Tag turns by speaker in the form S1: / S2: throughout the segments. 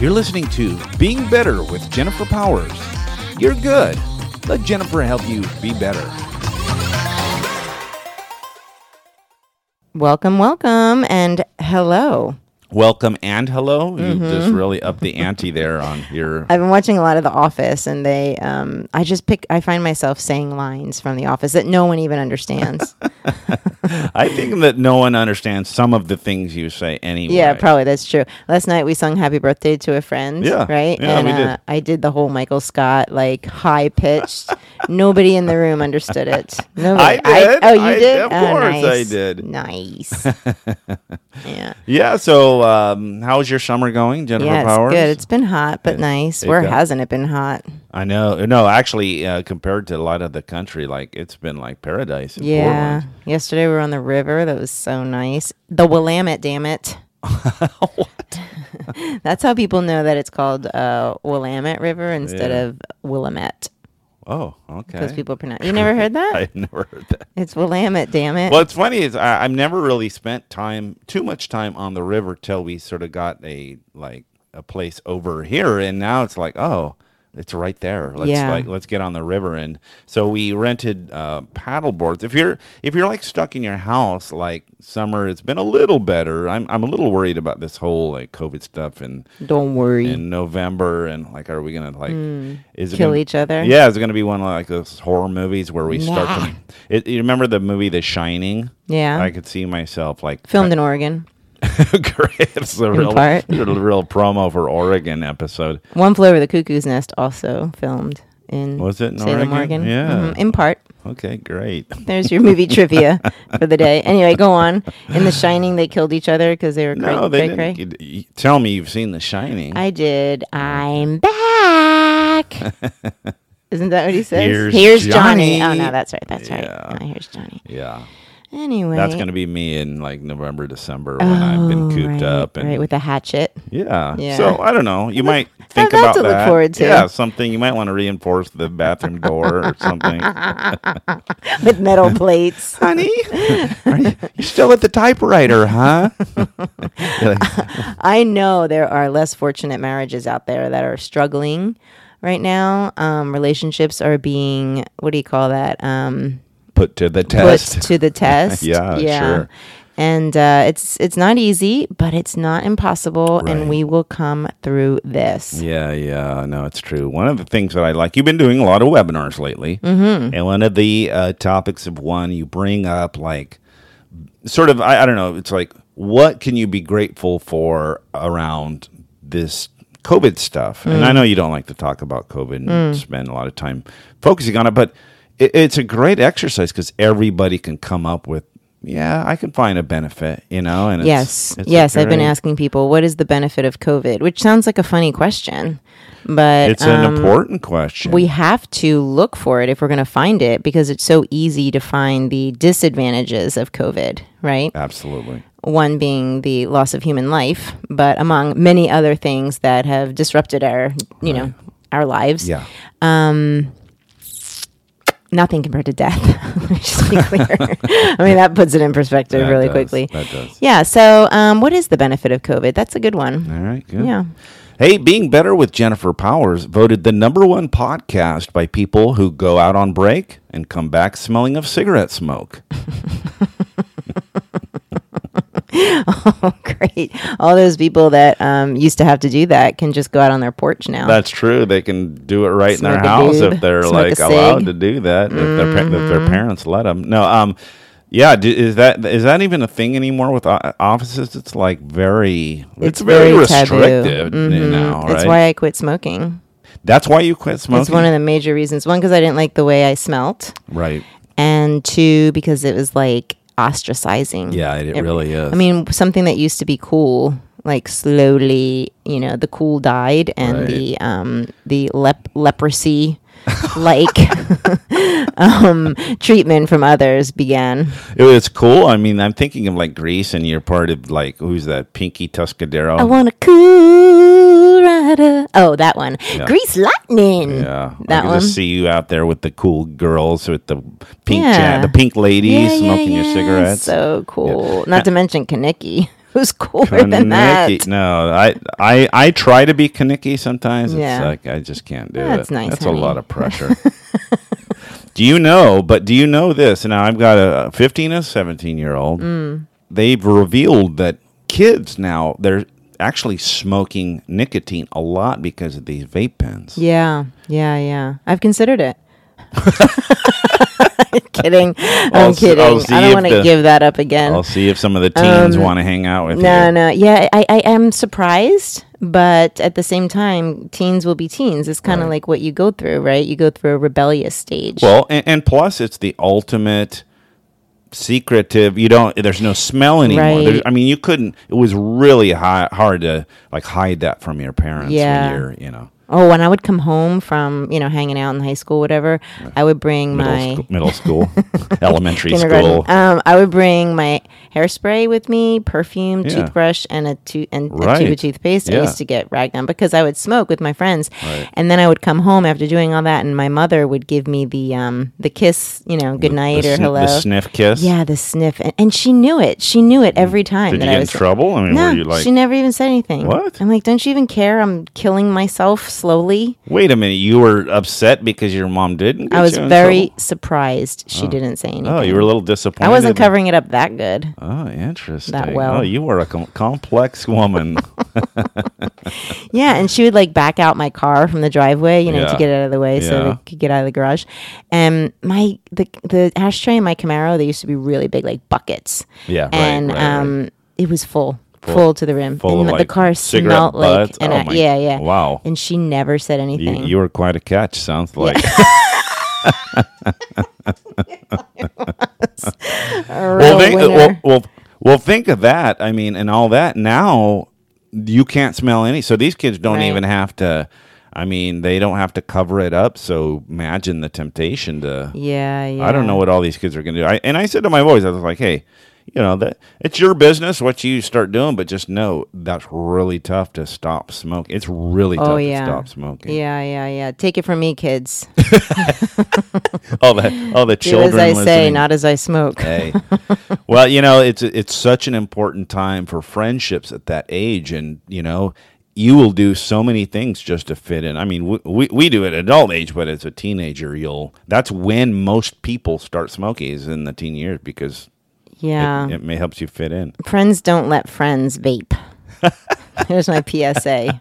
S1: You're listening to Being Better with Jennifer Powers. You're good. Let Jennifer help you be better.
S2: Welcome, welcome, and hello.
S1: Welcome and hello.
S2: Mm-hmm.
S1: You just really up the ante there on your.
S2: I've been watching a lot of The Office, and they, um, I just pick, I find myself saying lines from The Office that no one even understands.
S1: I think that no one understands some of the things you say anyway.
S2: yeah, probably that's true. Last night we sung Happy Birthday to a Friend.
S1: Yeah,
S2: Right?
S1: yeah,
S2: and
S1: we did.
S2: Uh, I did the whole Michael Scott, like high pitched. Nobody in the room understood it. Nobody.
S1: did.
S2: oh, you
S1: I-
S2: did?
S1: of
S2: Oh,
S1: course I
S2: nice.
S1: did.
S2: Nice. yeah.
S1: Yeah. So, um, how's your summer going, Jennifer
S2: Yeah, it's
S1: Powers?
S2: good. It's been hot, but nice.
S1: it
S2: Where
S1: got-
S2: hasn't it been hot?
S1: I know. No, actually, uh, compared to a lot of the country, like it's been like paradise. In
S2: Yeah. Yesterday we were on the river. That was so nice. The Willamette, damn it. what? That's how people know that it's called uh, Willamette River instead
S1: Yeah.
S2: of Willamette
S1: Portland. Oh, okay.
S2: because people pronounce. You never heard that?
S1: I've never heard that.
S2: It's Willamette, damn it.
S1: What's funny is I, I've never really spent time, too much time on the river till we sort of got a like a place over here, and now it's like, oh, it's right there. Let's
S2: Yeah.
S1: like let's get on the river, and so we rented uh, paddle boards. If you're if you're like stuck in your house, like summer, it's been a little better. I'm I'm a little worried about this whole like COVID stuff and
S2: Don't worry.
S1: in November and like are we gonna like is it
S2: Hmm. Kill
S1: gonna-
S2: each other?
S1: Yeah, is it gonna be one of like those horror movies where we start to it, you remember the movie The Shining?
S2: Yeah.
S1: I could see myself like
S2: Filmed in Oregon.
S1: Great. It's a real,
S2: part.
S1: a real promo for Oregon episode.
S2: One Flew Over the Cuckoo's Nest also filmed in
S1: Was it in
S2: Salem,
S1: Oregon? Yeah.
S2: Mhm, In part.
S1: Okay, great.
S2: There's your movie trivia for the day. Anyway, go on. In The Shining, they killed each other because they were cray,
S1: No, they
S2: cray, cray.
S1: didn't. you- you- Tell me you've seen The Shining.
S2: I did. I'm back. Isn't that what he says?
S1: Here's
S2: Johnny.
S1: Johnny.
S2: Oh no, that's right. That's
S1: Yeah.
S2: right. No, here's Johnny.
S1: yeah,
S2: Anyway,
S1: that's gonna be me in like November, December when I've been
S2: Oh,
S1: cooped
S2: right,
S1: up and
S2: right with a hatchet.
S1: Yeah.
S2: Yeah.
S1: So I don't know. You might think
S2: got
S1: about
S2: to look
S1: that.
S2: forward to.
S1: Yeah, something you might want to reinforce the bathroom door or something.
S2: with metal plates.
S1: Honey, are you, you're still at the typewriter, huh? You're like,
S2: I know there are less fortunate marriages out there that are struggling right now. Um, relationships are being what do you call that? Um,
S1: Put to the
S2: put
S1: test.
S2: to the test.
S1: Yeah, sure.
S2: And uh, it's it's not easy, but it's not impossible,
S1: Right.
S2: and we will come through this.
S1: Yeah, yeah, no, it's true. One of the things that I like, you've been doing a lot of webinars lately, mm-hmm. and one of the uh, topics of one you bring up, like, sort of, I, I don't know, it's like, what can you be grateful for around this COVID stuff? And
S2: Mm.
S1: I know you don't like to talk about COVID and spend a lot of time focusing on it, but it, it's a great exercise because everybody can come up with. Yeah, I can find a benefit, you know. And it's-
S2: Yes.
S1: it's a
S2: yes. I've been
S1: great-
S2: asking people, what is the benefit of COVID? Which sounds like a funny question, but
S1: It's an
S2: um,
S1: important question.
S2: we have to look for it if we're going to find it because it's so easy to find the disadvantages of COVID, right?
S1: absolutely.
S2: One being the loss of human life, but among many other things that have disrupted our, you know, our lives.
S1: Yeah.
S2: nothing compared to death. Let me just be clear. I mean, that puts it in perspective
S1: That
S2: really
S1: does,
S2: quickly.
S1: that does.
S2: Yeah. So, um, what is the benefit of COVID? That's a good one.
S1: All right, good.
S2: Yeah.
S1: Hey, Being Better with Jennifer Powers voted the number one podcast by people who go out on break and come back smelling of cigarette smoke.
S2: Oh, Great. All those people that um, used to have to do that can just go out on their porch now.
S1: That's true. They can do it right in
S2: Smoke
S1: their
S2: a
S1: house
S2: doob,
S1: if they're
S2: smoke a
S1: like
S2: cig. Mm.
S1: allowed to do that. If, their, pa- if their parents let them. No, um, yeah. Do, is that is that even a thing anymore with o- offices? It's like very. It's, very,
S2: taboo.
S1: restrictive you now, right?
S2: That's why I quit smoking.
S1: That's why you quit smoking.
S2: That's one of the major reasons. One, because I didn't like the way I smelt,
S1: right.
S2: and two, because it was like ostracizing.
S1: Yeah, it, really is.
S2: I mean, something that used to be cool, like slowly, you know, the cool died and
S1: Right.
S2: the um the lep- leprosy like um treatment from others began.
S1: It was cool. I mean, I'm thinking of like Greece, and you're part of like who's that Pinky Tuscadero?
S2: I want a cool rider. Oh, that one. Grease lightning.
S1: yeah,
S2: That
S1: I could just
S2: one.
S1: see you out there with the cool girls with the pink
S2: Yeah.
S1: ja- the pink ladies
S2: Yeah, yeah,
S1: smoking your
S2: yeah.
S1: cigarettes. Uh,
S2: So cool. Not to mention Kaneki. who's cooler than that.
S1: Kaneki- No, I, I I try to be Kaneki sometimes. It's
S2: Yeah.
S1: like I just can't do
S2: That's
S1: it.
S2: nice,
S1: That's
S2: honey.
S1: a lot of pressure. do you know, but do you know this? Now I've got a 15 and 17 year old.
S2: Mm.
S1: They've revealed that kids now they're actually smoking nicotine a lot because of these vape pens.
S2: Yeah, yeah, yeah. I've considered it. kidding. I'm
S1: I'll s-
S2: kidding.
S1: I'll
S2: I'll
S1: see
S2: I do
S1: if
S2: not want
S1: the-
S2: to give that up again.
S1: I'll see if some of the teens want to hang out with
S2: Um, No,
S1: you.
S2: no. Yeah, I, I am surprised, but at the same time, teens will be teens. It's kind of like what you go through, right? You go through a rebellious stage.
S1: Well, and, and plus, it's the ultimate secretive. You don't. There's no smell anymore.
S2: Right.
S1: There's- I mean, you couldn't. It was really hi- hard to like hide that from your parents.
S2: Yeah.
S1: When you're, you know,
S2: oh, when I would come home from, you know, hanging out in high school, whatever, I would bring
S1: middle
S2: my
S1: school, middle school, elementary
S2: kindergarten.
S1: school.
S2: Um, I would bring my hairspray with me, perfume,
S1: Yeah.
S2: toothbrush, and a, to- and a tube
S1: Right.
S2: of toothpaste. I
S1: Yeah.
S2: used to get Raglan because I would smoke with my friends, and then I would come home after doing all that, and my mother would give me the um, the kiss, you know, good night
S1: the,
S2: or
S1: sn-
S2: hello.
S1: the sniff kiss.
S2: Yeah, the sniff, and, and she knew it. She knew it every time
S1: Did
S2: that
S1: you
S2: I
S1: get in
S2: was.
S1: trouble? I mean,
S2: No,
S1: were you like,
S2: she never even said anything.
S1: What?
S2: I'm like, don't you even care? I'm killing myself slowly.
S1: wait a minute, you were upset because your mom didn't?
S2: I
S1: get
S2: was
S1: you in
S2: very surprised she didn't say anything.
S1: trouble? Oh, you were a little disappointed.
S2: I wasn't covering it up that good.
S1: Oh, interesting.
S2: well.
S1: Oh, you are a com- complex woman.
S2: Yeah, and she would like back out my car from the driveway, you know, to
S1: Yeah.
S2: get it out of the way so
S1: Yeah.
S2: they could get out of the garage. And my the the ashtray in my Camaro, they used to be really big, like buckets.
S1: Yeah, right,
S2: and
S1: right, right.
S2: um, it was full, full, to the rim.
S1: full
S2: and
S1: of,
S2: the
S1: like,
S2: car
S1: cigarette
S2: smelled like,
S1: butts?
S2: and
S1: Oh
S2: I-
S1: my-
S2: yeah, yeah,
S1: wow.
S2: And she never said anything.
S1: you, you were quite a catch. Sounds like.
S2: A real
S1: well, think,
S2: winner.
S1: well, well, well, think of that. I mean, and all that. Now you can't smell any. So these kids don't
S2: Right.
S1: even have to. I mean, they don't have to cover it up. So imagine the temptation to.
S2: yeah, yeah.
S1: I don't know what all these kids are going to do. I, and I said to my boys, I was like, hey, you know that it's your business what you start doing, but just know that's really tough to stop smoking. It's really tough
S2: Oh, yeah.
S1: to stop smoking.
S2: Yeah, yeah, yeah. Take it from me, kids.
S1: All the all the
S2: Do
S1: children.
S2: as I say,
S1: listening.
S2: not as I smoke.
S1: Hey. well, you know, it's it's such an important time for friendships at that age, and you know, you will do so many things just to fit in. I mean, we we, we do it at adult age, but as a teenager, you'll that's when most people start smoking is in the teen years because
S2: Yeah.
S1: it, it may helps you fit in.
S2: Friends don't let friends vape. Here's my PSA.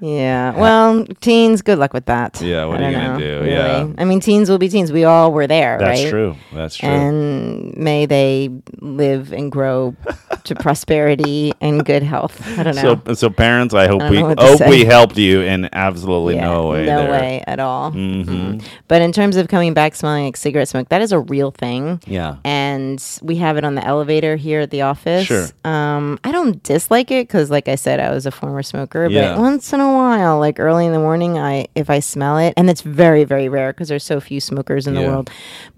S2: yeah. Well, teens, good luck with that.
S1: Yeah, what
S2: I
S1: are you
S2: don't
S1: gonna
S2: know,
S1: do? Yeah.
S2: really. I mean, teens will be teens. We all were there,
S1: That's
S2: right?
S1: true. That's true.
S2: And may they live and grow to prosperity and good health. I don't know.
S1: so, so parents, I hope
S2: don't
S1: we
S2: know what to
S1: hope we
S2: say.
S1: helped you in absolutely
S2: Yeah,
S1: no way. there. Mm-hmm.
S2: way at all. Mm. But in terms of coming back smelling like cigarette smoke, that is a real thing.
S1: Yeah.
S2: and we have it on the elevator here at the office.
S1: Sure.
S2: Um, I don't dislike it because, like I said, I was a former smoker.
S1: Yeah.
S2: But once in a while, like early in the morning, I if I smell it, and it's very very rare because there's so few smokers in the
S1: Yeah.
S2: world,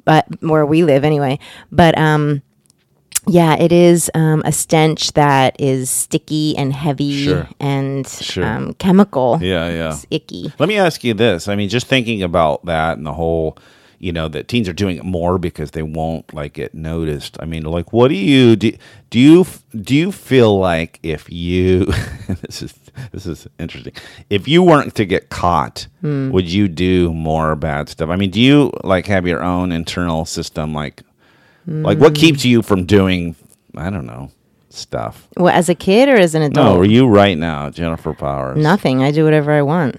S2: but where we live anyway. But um. Yeah, it is um, a stench that is sticky and heavy
S1: Sure.
S2: and
S1: Sure.
S2: Um, chemical.
S1: Yeah, yeah.
S2: It's icky.
S1: Let me ask you this. I mean, just thinking about that and the whole, you know, that teens are doing it more because they won't like get noticed. I mean, like, what do you do? Do you f- do you feel like if you this is this is interesting. If you weren't to get caught, would you do more bad stuff? I mean, do you like have your own internal system? Like, like what keeps you from doing? I don't know stuff.
S2: Well, as a kid or as an
S1: No,
S2: adult?
S1: are you right now, Jennifer Powers?
S2: Nothing. I do whatever I want.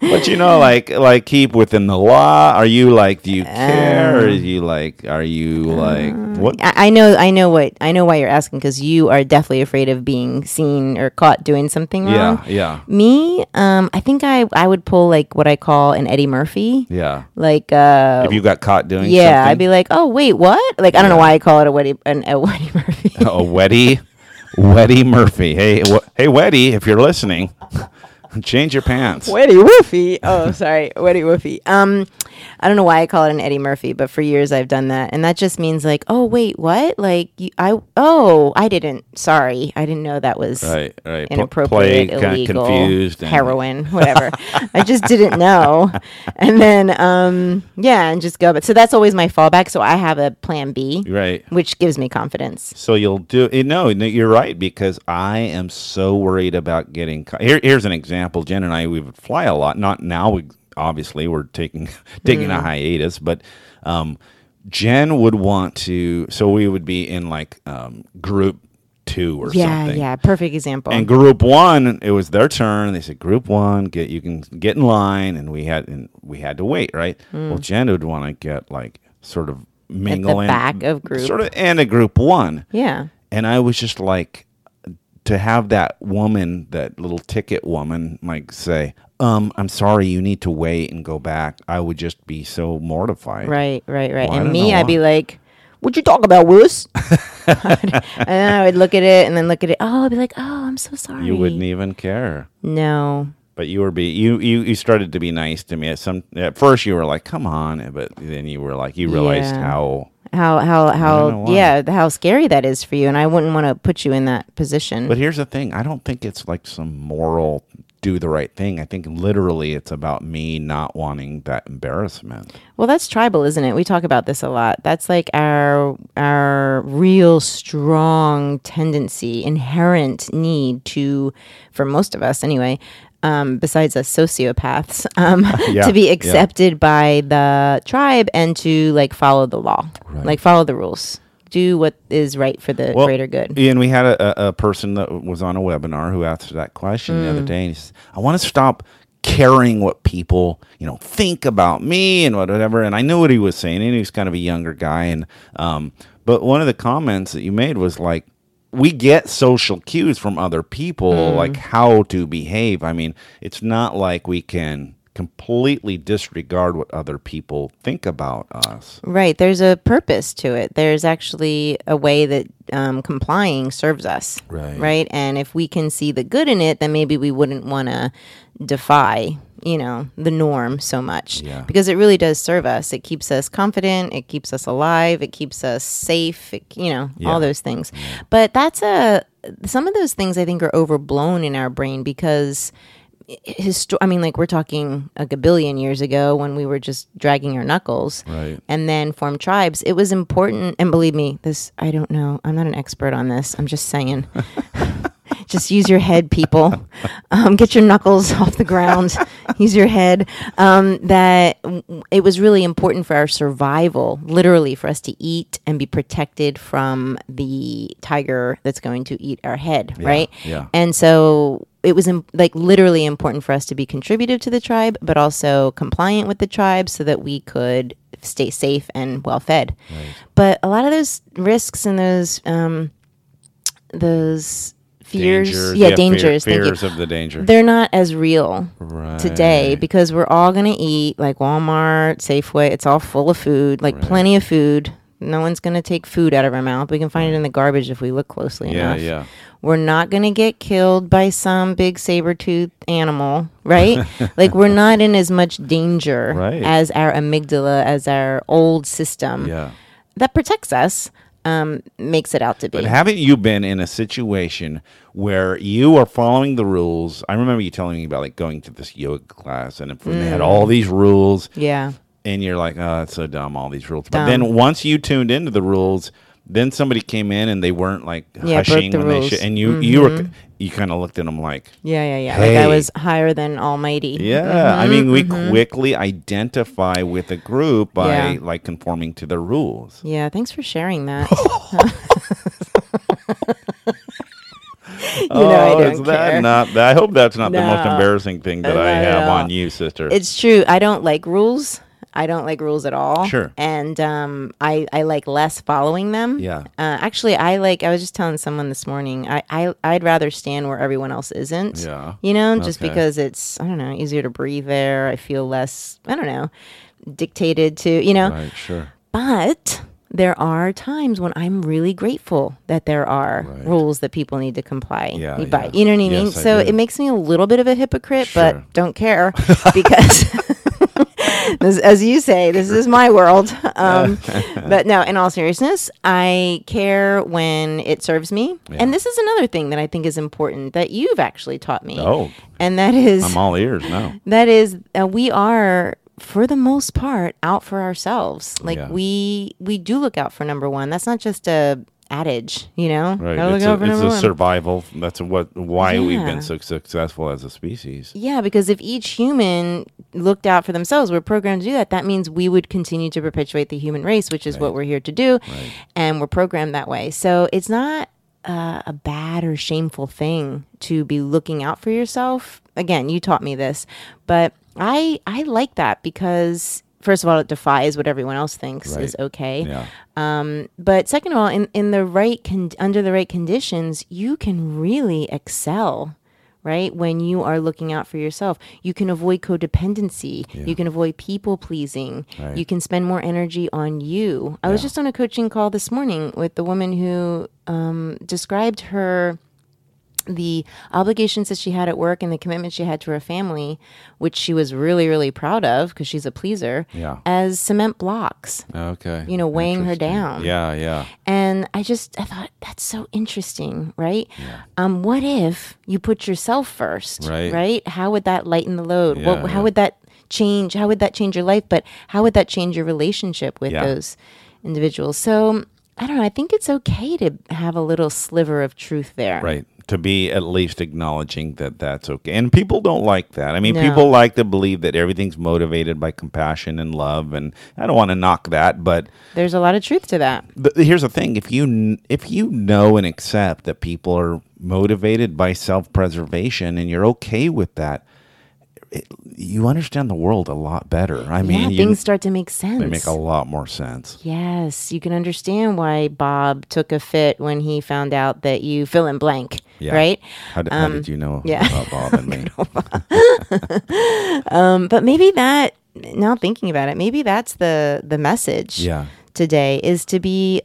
S1: But you know, like like keep within the law. Are you like? Do you
S2: Uh,
S1: care? Or are you like? Are you like? What?
S2: I, I know, I know what I know why you're asking because you are definitely afraid of being seen or caught doing something wrong.
S1: Yeah, yeah,
S2: Me, um, I think I I would pull like what I call an Eddie Murphy,
S1: yeah.
S2: like uh,
S1: If you got caught doing
S2: yeah, I'd
S1: something,
S2: be like, oh wait, what? Like I don't know why I call it a Weddy an a Weddy Murphy.
S1: a Weddy, Weddy Murphy. Hey, w- hey, Weddy, if you're listening, Change your pants.
S2: Weddy Woofy. Oh, sorry, Weddy Woofy. Um, I don't know why I call it an Eddie Murphy, but for years I've done that, and that just means like, oh wait, what? Like you, I oh I didn't. Sorry, I didn't know that was
S1: Right, right. Pl-
S2: inappropriate,
S1: kinda
S2: illegal,
S1: confused. and-
S2: heroin, whatever. I just didn't know. And then, um, yeah, and just go. But so that's always my fallback. So I have a plan B,
S1: Right.
S2: which gives me confidence.
S1: So you'll do it. No, no, you're right because I am so worried about getting. co- Here, here's an example. Jen and I we would fly a lot. Not now. We obviously we're taking taking
S2: Mm-hmm.
S1: a hiatus, but um, Jen would want to. So we would be in like um, group two or
S2: Yeah,
S1: something.
S2: yeah. Perfect example.
S1: And group one, it was their turn. They said, "Group one, get you can get in line," and we had and we had to wait, right?
S2: Mm.
S1: Well, Jen would want to get like sort of mingle in
S2: back of group.
S1: sort of and a group one,
S2: yeah.
S1: and I was just like, to have that woman, that little ticket woman, like say, "Um, I'm sorry, you need to wait and go back." I would just be so mortified.
S2: Right, right, right.
S1: Well, I
S2: and
S1: don't
S2: me,
S1: know
S2: I'd be
S1: why.
S2: like, "What you talk about, wuss?" and then I would look at it, and then look at it. Oh, I'd be like, "Oh, I'm so sorry."
S1: You wouldn't e-, even care.
S2: No.
S1: But you were be you, you you started to be nice to me at some at first you were like come on but then you were like you realized
S2: Yeah.
S1: how
S2: How how
S1: know
S2: how
S1: why.
S2: yeah how scary that is for you, and I wouldn't want to put you in that position.
S1: but here's the thing I don't think it's like some moral do the right thing I think literally it's about me not wanting that embarrassment
S2: Well, that's tribal, isn't it? We talk about this a lot. That's like our our real strong tendency, inherent need to, for most of us anyway, um, besides us sociopaths, um,
S1: Yeah,
S2: to be
S1: yeah.
S2: accepted by the tribe and to like follow the law, like follow the rules, do what is right for the
S1: Well,
S2: greater good.
S1: And we had a, a, a person that was on a webinar who asked that question the other
S2: Mm.
S1: day. And he says, I want to stop caring what people, you know, think about me and what- whatever. And I knew what he was saying. And he was kind of a younger guy. And, um, but one of the comments that you made was like, we get social cues from other people,
S2: Mm.
S1: like how to behave. I mean, it's not like we can completely disregard what other people think about us.
S2: Right. There's a purpose to it. There's actually a way that um, complying serves us.
S1: Right.
S2: Right. And if we can see the good in it, then maybe we wouldn't want to defy, you know, the norm so much.
S1: Yeah.
S2: Because it really does serve us. It keeps us confident. It keeps us alive. It keeps us safe. It, you know, all those things. But that's a, some of those things I think are overblown in our brain because histo- I mean, like we're talking like a billion years ago when we were just dragging our knuckles,
S1: Right.
S2: And then formed tribes. It was important, and believe me, this I don't know. I'm not an expert on this. I'm just saying. just use your head, people. Um, get your knuckles off the ground. use your head. Um, that w- it was really important for our survival, literally, for us to eat and be protected from the tiger that's going to eat our head, right?
S1: yeah.
S2: And so it was Im- like literally important for us to be contributive to the tribe, but also compliant with the tribe so that we could stay safe and well fed. But a lot of those risks and those, um, those fears, yeah,
S1: fear-
S2: dangers, thank you.
S1: fears of the danger.
S2: They're not as real
S1: Right.
S2: today because we're all going to eat like Walmart, Safeway. It's all full of food, like plenty of food. No one's going to take food out of our mouth. We can find it in the garbage if we look closely
S1: Yeah,
S2: enough.
S1: yeah.
S2: We're not going to get killed by some big saber-toothed animal, right? like we're not in as much danger
S1: Right.
S2: as our amygdala, as our old system
S1: Yeah.
S2: that protects us, um, makes it out to be.
S1: But haven't you been in a situation where you are following the rules? I remember you telling me about like going to this yoga class and if- and they had
S2: Mm.
S1: all these rules
S2: yeah.
S1: and you're like, oh, that's so dumb, all these rules. But then once you tuned into the rules, then somebody came in and they weren't like
S2: Yeah, broke
S1: hushing
S2: the
S1: when they
S2: rules. Mm-hmm.
S1: should. And you, you were, you kind of looked at them like,
S2: Yeah, yeah, yeah. Like I
S1: Hey.
S2: was higher than almighty.
S1: yeah.
S2: Mm-hmm,
S1: I mean, we quickly identify with a group by
S2: Yeah.
S1: like conforming to the rules.
S2: Yeah, thanks for sharing that. you know, I
S1: oh,
S2: don't
S1: is that
S2: care.
S1: not? that- I hope that's not the most
S2: No.
S1: embarrassing thing that I
S2: Not at
S1: have
S2: all.
S1: on you, sister.
S2: It's true. I don't like rules. I don't like rules at all.
S1: Sure.
S2: And um, I, I like less following them.
S1: Yeah.
S2: Uh, actually, I like, I was just telling someone this morning, I, I, I'd rather stand where everyone else isn't.
S1: Yeah.
S2: You know, just
S1: Okay.
S2: because it's, I don't know, easier to breathe there. I feel less, I don't know, dictated to, you know.
S1: right, sure.
S2: But there are times when I'm really grateful that there are
S1: Right.
S2: rules that people need to comply
S1: Yeah,
S2: by.
S1: yeah.
S2: You know what I mean?
S1: Yes, I
S2: so
S1: do.
S2: it makes me a little bit of a hypocrite,
S1: Sure.
S2: but don't care because. this, as you say, this is my world. Um, but no, in all seriousness, I care when it serves me. And this is another thing that I think is important that you've actually taught me.
S1: Oh.
S2: And that is-
S1: I'm all ears now.
S2: that is uh, we are for the most part out for ourselves like
S1: Yeah.
S2: we we do look out for number one that's not just a adage you know
S1: Right.
S2: Gotta look
S1: It's,
S2: out
S1: a,
S2: for
S1: it's
S2: number
S1: a
S2: one.
S1: survival. That's what why we've
S2: Yeah.
S1: been so successful as a species.
S2: yeah because if each human looked out for themselves we're programmed to do that that means we would continue to perpetuate the human race which is what we're here to do and we're programmed that way so it's not uh, a bad or shameful thing to be looking out for yourself again you taught me this but i i like that because first of all it defies what everyone else thinks is
S1: Right.
S2: okay
S1: Yeah.
S2: Um, but second of all, in, in the right con- under the right conditions, you can really excel, right? When you are looking out for yourself, you can avoid codependency. You can avoid people pleasing.
S1: Right.
S2: You can spend more energy on you. I was
S1: Yeah.
S2: just on a coaching call this morning with the woman who um, described her the obligations that she had at work and the commitment she had to her family, which she was really, really proud of because she's a pleaser,
S1: Yeah.
S2: as cement blocks
S1: Okay.
S2: you know, weighing her
S1: Interesting.
S2: down.
S1: Yeah. Yeah.
S2: And I just I thought that's so interesting, right? Um, what if you put yourself first,
S1: Right.
S2: How would that lighten the load? what,
S1: Yeah,
S2: how
S1: yeah.
S2: would that change? How would that change your life? But how would that change your relationship with
S1: Yeah.
S2: those individuals? So I don't know. I think it's okay to have a little sliver of truth there,
S1: Right. To be at least acknowledging that that's okay. And people don't like that. I mean,
S2: No.
S1: people like to believe that everything's motivated by compassion and love. And I don't want to knock that, but
S2: There's a lot of truth to that.
S1: th- here's the thing: if you kn- if you know and accept that people are motivated by self preservation, and you're okay with that, it, you understand the world a lot better. I mean,
S2: yeah,
S1: you,
S2: things start to make sense.
S1: they make a lot more sense.
S2: Yes, you can understand why Bob took a fit when he found out that you fill in blank,
S1: Yeah.
S2: right?
S1: How, d- how did you know
S2: Um, yeah.
S1: about Bob and me?
S2: Um, but maybe that now thinking about it, maybe that's the the message
S1: Yeah.
S2: today is to be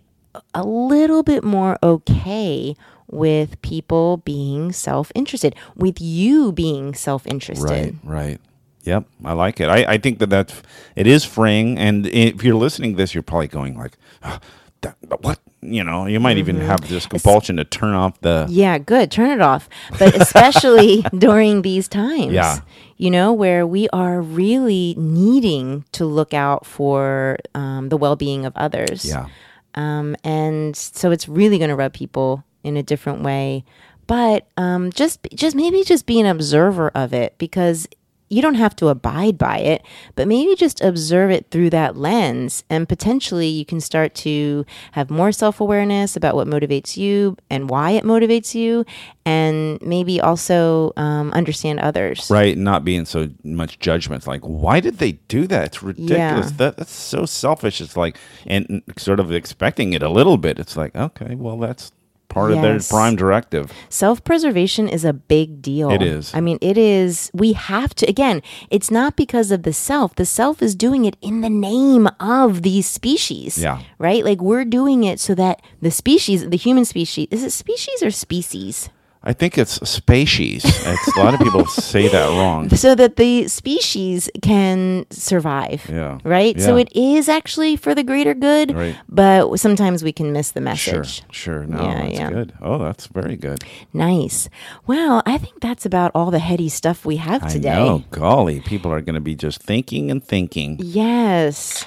S2: a little bit more okay with people being self-interested, with you being self-interested.
S1: Right, right. Yep, I like it. I, I think that that's it is freeing. And if you're listening to this, you're probably going like, "Ah, that, "What?" You know, you might
S2: Mm-hmm.
S1: even have this compulsion to turn off the.
S2: Yeah, good. Turn it off. But especially during these times,
S1: Yeah.
S2: you know, where we are really needing to look out for um, the well being of others.
S1: Yeah,
S2: Um, and so it's really going to rub people in a different way. But um, just, just maybe just be an observer of it because you don't have to abide by it, but maybe just observe it through that lens. And potentially you can start to have more self awareness about what motivates you and why it motivates you, and maybe also um, understand others.
S1: right. Not being so much judgment. Like, why did they do that? It's ridiculous.
S2: Yeah.
S1: That that's so selfish. It's like and sort of expecting it a little bit. It's like, okay, well, that's part of their
S2: Yes.
S1: prime directive.
S2: Self preservation is a big deal.
S1: It is.
S2: I mean, it is, we have to, again, it's not because of the self. The self is doing it in the name of these species.
S1: Yeah.
S2: Right? Like we're doing it so that the species, the human species, is it species or species?
S1: I think it's species. It's, a lot of people say that wrong.
S2: So that the species can survive.
S1: Yeah.
S2: Right? So
S1: Yeah.
S2: it is actually for the greater good,
S1: Right.
S2: but sometimes we can miss the
S1: Sure,
S2: message.
S1: sure. No,
S2: Yeah,
S1: that's
S2: yeah.
S1: good. Oh, that's very good.
S2: Nice. Well, I think that's about all the heady stuff we have today.
S1: I know. Golly, people are going to be just thinking and thinking.
S2: Yes.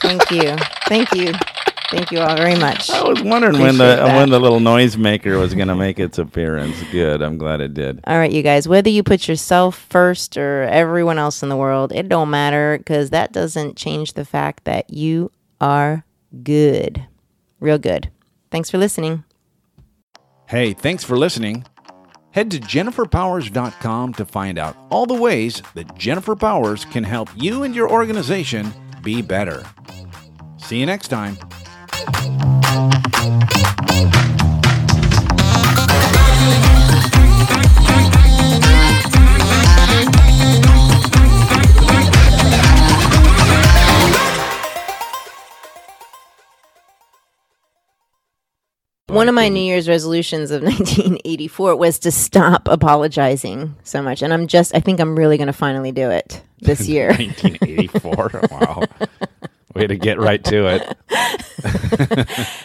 S2: Thank you. Thank you. Thank you all very much.
S1: I was wondering when the
S2: Appreciate
S1: when the little noisemaker was going to make its appearance. Good. I'm glad it did.
S2: All right, you guys, whether you put yourself first or everyone else in the world, it don't matter because that doesn't change the fact that you are good. Real good. Thanks for listening.
S1: Hey, thanks for listening. Head to jenniferpowers.com to find out all the ways that Jennifer Powers can help you and your organization be better. See you next time.
S2: One of my New Year's resolutions of 1984 was to stop apologizing so much. And I'm just, I think I'm really going to finally do it this year.
S1: 1984. wow. Way to get right to it.